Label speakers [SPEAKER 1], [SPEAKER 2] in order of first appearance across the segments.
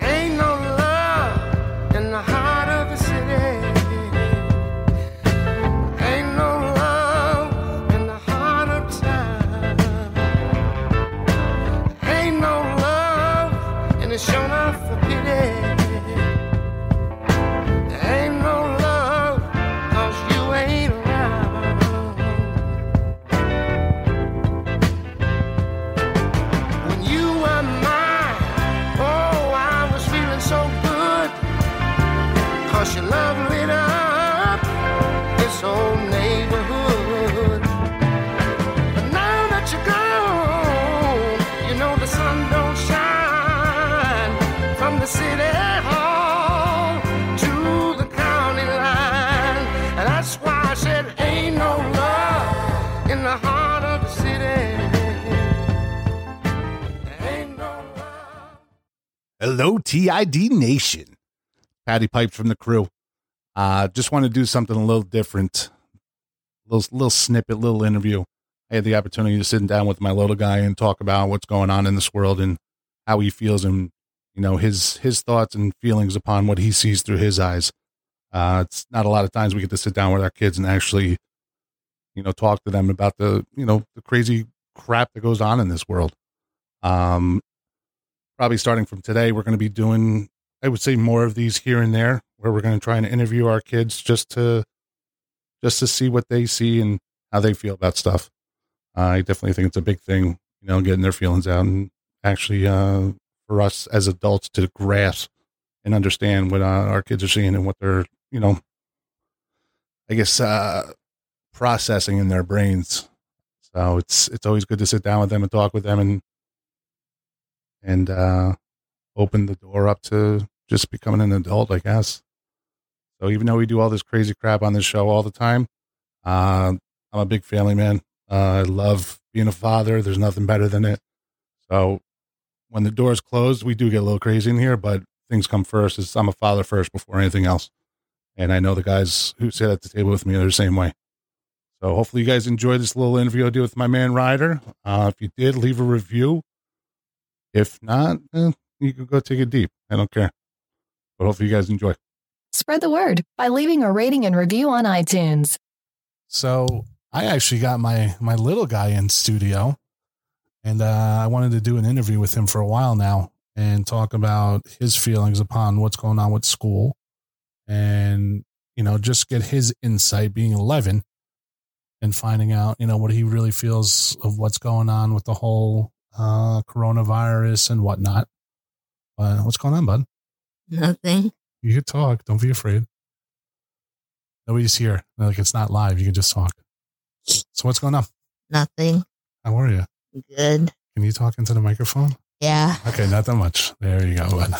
[SPEAKER 1] Ain't no love in the heart of the city. Ain't no love in the heart of town. Ain't no love in the shown up for pity. Ain't no love 'cause you ain't around. When you were mine, oh, I was feeling so good. Cause your love lit up this whole neighborhood. But now that you're gone, you know the sun don't shine from the city hall to the county line. And that's why I said, ain't no love in the heart of the city. Ain't no love.
[SPEAKER 2] Hello, TID Nation. Patty Pipes from the crew. Uh, just want to do something a little different. Little little snippet, little interview. I had the opportunity to sit down with my little guy and talk about what's going on in this world and how he feels and you know his his thoughts and feelings upon what he sees through his eyes. Uh, it's not a lot of times we get to sit down with our kids and actually, you know, talk to them about the you know the crazy crap that goes on in this world. Um, probably starting from today, we're going to be doing, I would say, more of these here and there, where we're going to try and interview our kids just to, just to see what they see and how they feel about stuff. I definitely think it's a big thing, you know, getting their feelings out and actually uh, for us as adults to grasp and understand what uh, our kids are seeing and what they're, you know, I guess uh, processing in their brains. So it's it's always good to sit down with them and talk with them and and uh, open the door up to just becoming an adult, I guess. So even though we do all this crazy crap on this show all the time, uh, I'm a big family man. Uh, I love being a father. There's nothing better than it. So when the door's closed, we do get a little crazy in here, but things come first. Is I'm a father first before anything else. And I know the guys who sit at the table with me are the same way. So hopefully you guys enjoyed this little interview I did with my man Ryder. Uh, if you did, leave a review. If not, eh, you can go take it deep. I don't care. But hopefully you guys enjoy.
[SPEAKER 3] Spread the word by leaving a rating and review on iTunes.
[SPEAKER 4] So I actually got my my little guy in studio, and uh, I wanted to do an interview with him for a while now and talk about his feelings upon what's going on with school, and you know just get his insight being eleven and finding out you know what he really feels of what's going on with the whole uh, coronavirus and whatnot. Uh, what's going on, bud?
[SPEAKER 5] Nothing.
[SPEAKER 4] You can talk. Don't be afraid. Nobody's here. Like it's not live. You can just talk. So what's going on?
[SPEAKER 5] Nothing.
[SPEAKER 4] How are you?
[SPEAKER 5] Good.
[SPEAKER 4] Can you talk into the microphone?
[SPEAKER 5] Yeah.
[SPEAKER 4] Okay, not that much. There you go. bud.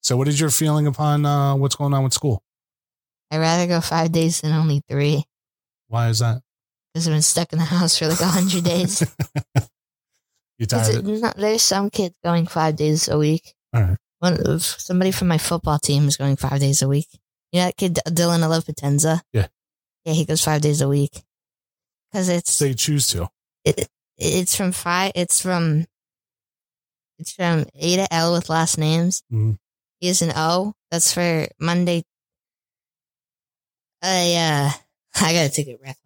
[SPEAKER 4] so what is your feeling upon uh, what's going on with school?
[SPEAKER 5] I'd rather go five days than only three
[SPEAKER 4] Why is that?
[SPEAKER 5] because I've been stuck in the house for like a hundred days.
[SPEAKER 4] you
[SPEAKER 5] 'Cause
[SPEAKER 4] tired?
[SPEAKER 5] it- not- there's some kids going five days a week.
[SPEAKER 4] All right.
[SPEAKER 5] One of somebody from my football team is going five days a week. You know that kid D- Dylan Alopatenza?
[SPEAKER 4] Yeah.
[SPEAKER 5] Yeah, he goes five days a week because it's
[SPEAKER 4] They choose to.
[SPEAKER 5] it, it's from five. It's from it's from A to L with last names.
[SPEAKER 4] Mhm.
[SPEAKER 5] He is an O. That's for Monday. I uh, I gotta take a breath.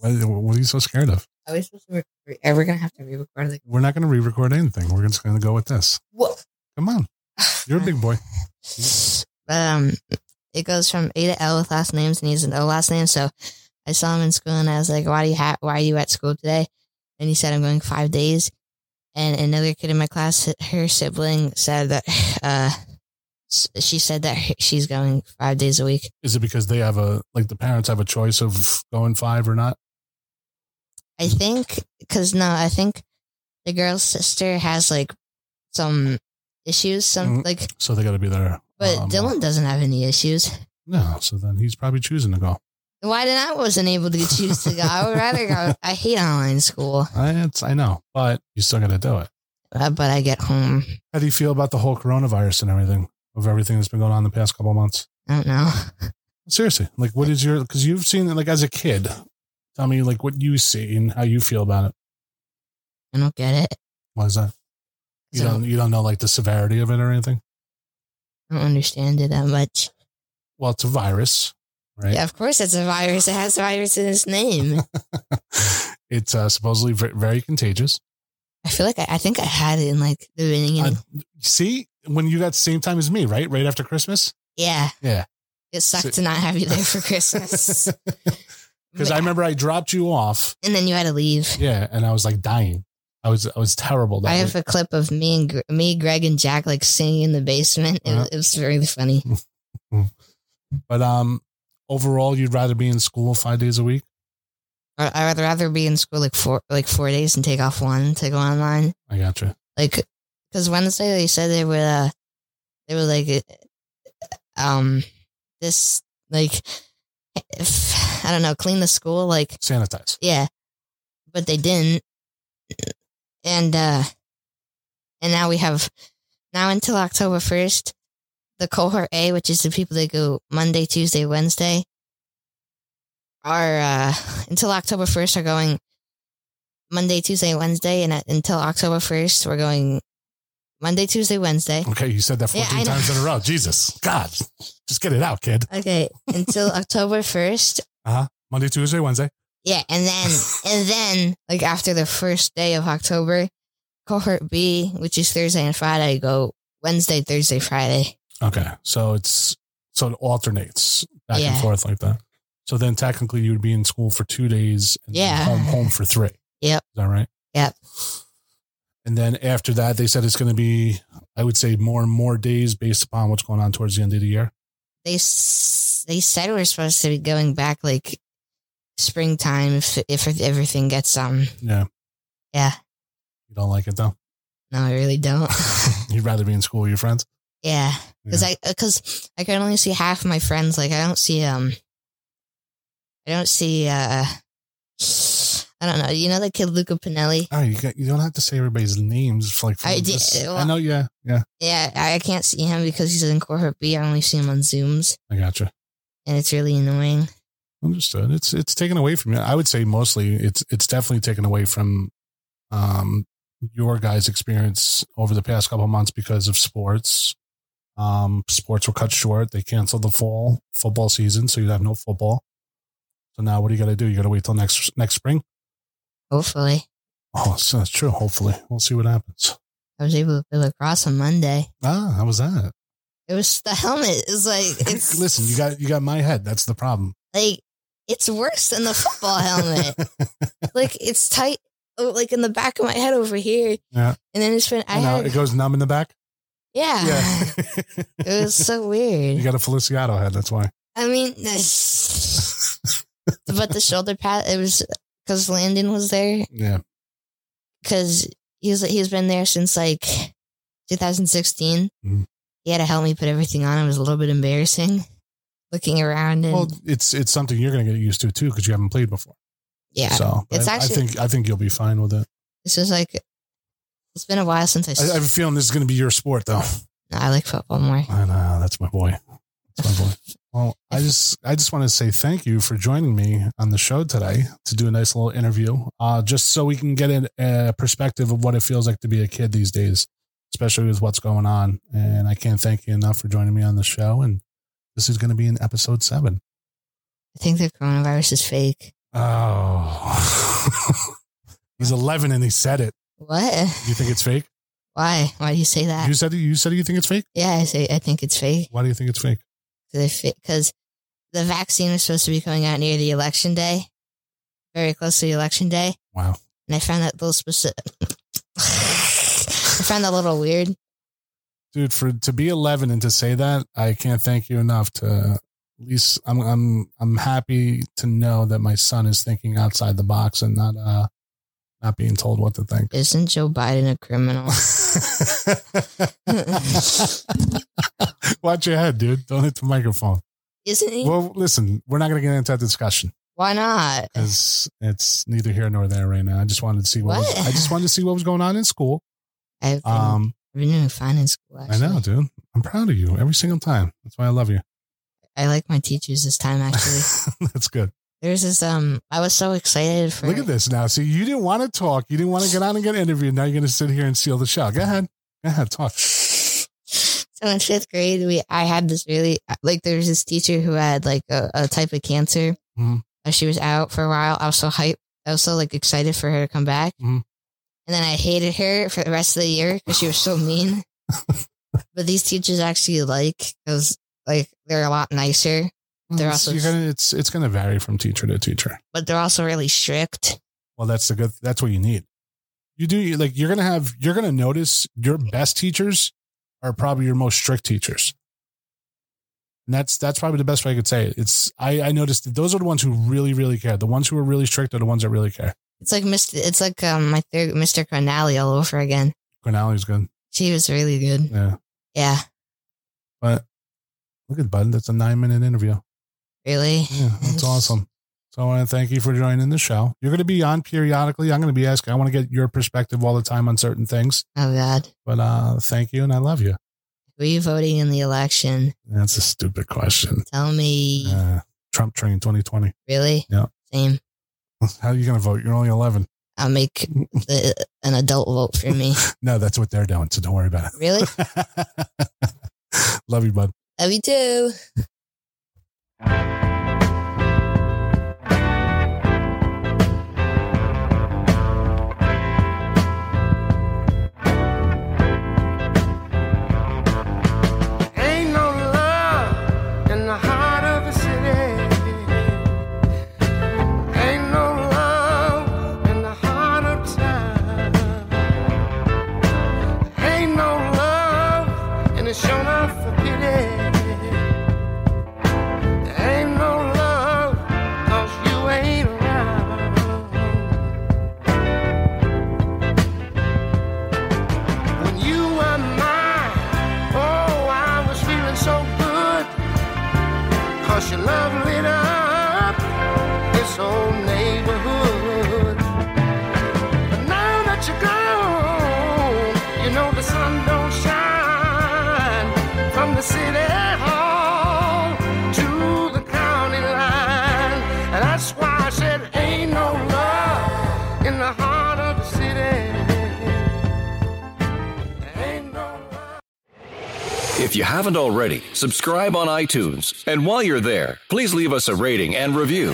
[SPEAKER 5] Hold on.
[SPEAKER 4] what, what are you so scared of?
[SPEAKER 5] Are we supposed to? Re- re- are we gonna have to re-record it?
[SPEAKER 4] We're not going to re-record anything. We're just going to go with this.
[SPEAKER 5] What?
[SPEAKER 4] Come on, you're a big boy.
[SPEAKER 5] um, it goes from A to L with last names, and he's an O last name. So I saw him in school, and I was like, "Why do you ha- Why are you at school today?" And he said, "I'm going five days." And another kid in my class, her sibling, said that uh, s- she said that she's going five days a week.
[SPEAKER 4] Is it because they have a like the parents have a choice of going five or not?
[SPEAKER 5] I think because no, I think the girl's sister has like some issues, some
[SPEAKER 4] Mhm.
[SPEAKER 5] like,
[SPEAKER 4] So they got to be there.
[SPEAKER 5] but
[SPEAKER 4] um,
[SPEAKER 5] Dylan doesn't have any issues.
[SPEAKER 4] No, so then he's probably choosing to go.
[SPEAKER 5] Why did I wasn't able to choose to go? I would rather go. I hate online school.
[SPEAKER 4] I, it's, I know, but you still got to do it.
[SPEAKER 5] uh, but I get home.
[SPEAKER 4] How do you feel about the whole coronavirus and everything of everything that's been going on the past couple of months?
[SPEAKER 5] I don't know.
[SPEAKER 4] Seriously, like what is your because you've seen it like as a kid. Tell me like what you see and how you feel about it.
[SPEAKER 5] I don't get it.
[SPEAKER 4] Why is that? You
[SPEAKER 5] So
[SPEAKER 4] don't you don't know like the severity of it or anything.
[SPEAKER 5] I don't understand it that much.
[SPEAKER 4] Well, it's a virus, right?
[SPEAKER 5] Yeah, of course it's a virus. It has virus in its name.
[SPEAKER 4] it's uh, supposedly ve- very contagious.
[SPEAKER 5] I feel like I, I think I had it in like the beginning.
[SPEAKER 4] I- See, when you got same time as me, right? Right after Christmas.
[SPEAKER 5] yeah.
[SPEAKER 4] Yeah.
[SPEAKER 5] It sucked
[SPEAKER 4] So-
[SPEAKER 5] to not have you there for Christmas.
[SPEAKER 4] Because I remember I dropped you off.
[SPEAKER 5] And then you had to leave.
[SPEAKER 4] Yeah, and I was like dying. I was I was terrible. That
[SPEAKER 5] I have
[SPEAKER 4] week.
[SPEAKER 5] a clip of me and Gre- me, Greg, and Jack like singing in the basement. It,
[SPEAKER 4] Uh-huh.
[SPEAKER 5] was, it was really funny.
[SPEAKER 4] but um, overall, you'd rather be in school five days a week.
[SPEAKER 5] I, I would rather be in school like four like four days and take off one to go online.
[SPEAKER 4] I gotcha.
[SPEAKER 5] Like, because Wednesday they said they would uh they were like uh, um this like if I don't know clean the school like
[SPEAKER 4] Sanitize.
[SPEAKER 5] Yeah. But they didn't. And uh and now we have now until October first, the cohort A, which is the people that go Monday, Tuesday, Wednesday, are uh until October first are going Monday, Tuesday, Wednesday, and uh, until October first we're going Monday, Tuesday, Wednesday.
[SPEAKER 4] Okay, you said that
[SPEAKER 5] Yeah,
[SPEAKER 4] fourteen
[SPEAKER 5] I know.
[SPEAKER 4] times in a row. Jesus, God, just get it out, kid.
[SPEAKER 5] Okay. Until October first
[SPEAKER 4] Monday, Tuesday, Wednesday.
[SPEAKER 5] Yeah, and then and then like after the first day of October, cohort B, which is Thursday and Friday, go Wednesday, Thursday, Friday.
[SPEAKER 4] Okay, so it's so it alternates back and
[SPEAKER 5] Yeah.
[SPEAKER 4] forth like that. So then technically you would be in school for two days and then
[SPEAKER 5] Yeah.
[SPEAKER 4] home home for three.
[SPEAKER 5] Yep.
[SPEAKER 4] Is that right?
[SPEAKER 5] Yep.
[SPEAKER 4] And then after that, they said it's going to be, I would say, more and more days based upon what's going on towards the end of the year.
[SPEAKER 5] They s- they said we're supposed to be going back like springtime if if everything gets um.
[SPEAKER 4] Yeah.
[SPEAKER 5] Yeah,
[SPEAKER 4] You don't like it though.
[SPEAKER 5] no, I really don't.
[SPEAKER 4] You'd rather be in school with your friends.
[SPEAKER 5] yeah, because
[SPEAKER 4] Yeah.
[SPEAKER 5] I because I can only see half my friends. Like I don't see um. I don't see uh. I don't know. You know the kid Luca Pinelli.
[SPEAKER 4] Oh, you got, you don't have to say everybody's names. For like, for
[SPEAKER 5] I did-
[SPEAKER 4] this- I
[SPEAKER 5] well-
[SPEAKER 4] know. Yeah. Yeah.
[SPEAKER 5] Yeah, I I can't see him because he's in cohort B. I only see him on Zooms,
[SPEAKER 4] I gotcha.
[SPEAKER 5] and it's really annoying.
[SPEAKER 4] Understood. It's it's taken away from you. I would say mostly it's it's definitely taken away from um your guys' experience over the past couple of months because of sports. Um sports were cut short. They canceled the fall football season, so you'd have no football. So now what do you gotta do? You gotta wait till next next spring?
[SPEAKER 5] Hopefully,
[SPEAKER 4] Oh, so that's true, hopefully. We'll see what happens.
[SPEAKER 5] I was able to play lacrosse on Monday.
[SPEAKER 4] Ah, how was that?
[SPEAKER 5] It was the helmet. It's like it's
[SPEAKER 4] Listen, you got you got my head. That's the problem.
[SPEAKER 5] like it's worse than the football helmet. like it's tight, oh, like in the back of my head over here.
[SPEAKER 4] Yeah.
[SPEAKER 5] and then it's been I
[SPEAKER 4] I know
[SPEAKER 5] had
[SPEAKER 4] it goes numb in the back.
[SPEAKER 5] yeah.
[SPEAKER 4] Yeah.
[SPEAKER 5] it was so
[SPEAKER 4] you
[SPEAKER 5] weird.
[SPEAKER 4] got a Feliciano head, that's why.
[SPEAKER 5] I mean, but the shoulder pad. It was because Landon was there,
[SPEAKER 4] Yeah.
[SPEAKER 5] because he's he's been there since like 2016.
[SPEAKER 4] Mhm.
[SPEAKER 5] He had to help me put everything on. It was a little bit embarrassing, looking around and
[SPEAKER 4] Well, it's it's something you're going to get used to too because you haven't played before.
[SPEAKER 5] yeah.
[SPEAKER 4] So but
[SPEAKER 5] It's
[SPEAKER 4] I, I
[SPEAKER 5] actually-
[SPEAKER 4] think I think you'll be fine with it.
[SPEAKER 5] This is like it's been a while since I
[SPEAKER 4] I, I
[SPEAKER 5] s-
[SPEAKER 4] have a feeling this is going to be your sport though.
[SPEAKER 5] No, I like football more.
[SPEAKER 4] I know that's my boy. That's my boy. Well, I just I just want to say thank you for joining me on the show today to do a nice little interview, uh, just so we can get a uh, perspective of what it feels like to be a kid these days, especially with what's going on. And I can't thank you enough for joining me on the show. And this is going to be in episode seven.
[SPEAKER 5] I think the coronavirus is fake.
[SPEAKER 4] Oh, he's 11 and he said it.
[SPEAKER 5] What?
[SPEAKER 4] You think it's fake?
[SPEAKER 5] Why? Why do you say that?
[SPEAKER 4] You said you said you think it's fake.
[SPEAKER 5] yeah, I say I think it's fake
[SPEAKER 4] Why do you think it's fake?
[SPEAKER 5] because the vaccine was supposed to be coming out near the election day, very close to the election day.
[SPEAKER 4] Wow.
[SPEAKER 5] and I found that little specific. I found that a little weird.
[SPEAKER 4] dude for to be 11 and to say that i can't thank you enough to at least i'm i'm i'm happy to know that my son is thinking outside the box and not uh not being told what to think
[SPEAKER 5] Isn't Joe Biden a criminal?
[SPEAKER 4] watch your head dude don't hit the microphone
[SPEAKER 5] Isn't he?
[SPEAKER 4] well listen we're not going to get into that discussion
[SPEAKER 5] Why not?
[SPEAKER 4] because it's neither here nor there right now i just wanted to see what, Was,
[SPEAKER 5] What?
[SPEAKER 4] i just wanted to see what was going on in school
[SPEAKER 5] I've been,
[SPEAKER 4] Um,
[SPEAKER 5] I've been doing fine in school.
[SPEAKER 4] I
[SPEAKER 5] Actually.
[SPEAKER 4] know, dude. I'm proud of you every single time. That's why I love you.
[SPEAKER 5] I like my teachers this time. Actually,
[SPEAKER 4] That's good.
[SPEAKER 5] there's this. Um, I was so excited for.
[SPEAKER 4] Look at this now. See, you didn't want to talk. You didn't want to get on and get interviewed. Now you're going to sit here and steal the show. Go ahead. Go ahead. Talk.
[SPEAKER 5] So in fifth grade, we I had this really like there was this teacher who had like a, a type of cancer.
[SPEAKER 4] Mhm.
[SPEAKER 5] Uh, She was out for a while. I was so hyped. I was so like excited for her to come back.
[SPEAKER 4] Mhm.
[SPEAKER 5] And then I hated her for the rest of the year because she was so mean. but these teachers actually like because like they're a lot nicer, They're also-
[SPEAKER 4] You're gonna- it's it's going to vary from teacher to teacher.
[SPEAKER 5] but they're also really strict.
[SPEAKER 4] Well, that's the good. That's what you need. You do you- like you're gonna have you're gonna notice your best teachers are probably your most strict teachers, and that's that's probably the best way I could say it. It's I I noticed that those are the ones who really really care. The ones who are really strict are the ones that really care.
[SPEAKER 5] It's like Mr. It's like um, my third Mr. Carnally all over again.
[SPEAKER 4] Grinali's good.
[SPEAKER 5] She was really good.
[SPEAKER 4] Yeah,
[SPEAKER 5] Yeah,
[SPEAKER 4] look at Bud. That's a nine minute interview.
[SPEAKER 5] really.
[SPEAKER 4] Yeah, that's awesome. So I want to thank you for joining the show. You're going to be on periodically. I'm going to be asking. I want to get your perspective all the time on certain things.
[SPEAKER 5] Oh God,
[SPEAKER 4] But uh thank you, and I love you.
[SPEAKER 5] were you voting in the election?
[SPEAKER 4] That's a stupid question.
[SPEAKER 5] Tell me,
[SPEAKER 4] Uh, Trump train 2020.
[SPEAKER 5] really?
[SPEAKER 4] Yeah.
[SPEAKER 5] Same.
[SPEAKER 4] How are you going to vote? You're only 11.
[SPEAKER 5] I'll make the, an adult vote for me.
[SPEAKER 4] No, that's what they're doing. So don't worry about it.
[SPEAKER 5] Really?
[SPEAKER 4] Love you, bud.
[SPEAKER 5] Love you too.
[SPEAKER 1] Ain't no love in the heart of the city. Ain't no love in the heart of town. Ain't no love in the shoulder for pity. Ain't no love 'cause you ain't around. When you were mine, oh, I was feeling so good. Cause your love lit up this whole neighborhood. But now that you're gone, you know the sun don't shine from the city hall to the county line. And that's why I said, ain't no love in the heart of the city. Ain't no love.
[SPEAKER 6] If you haven't already, subscribe on iTunes. And while you're there, please leave us a rating and review.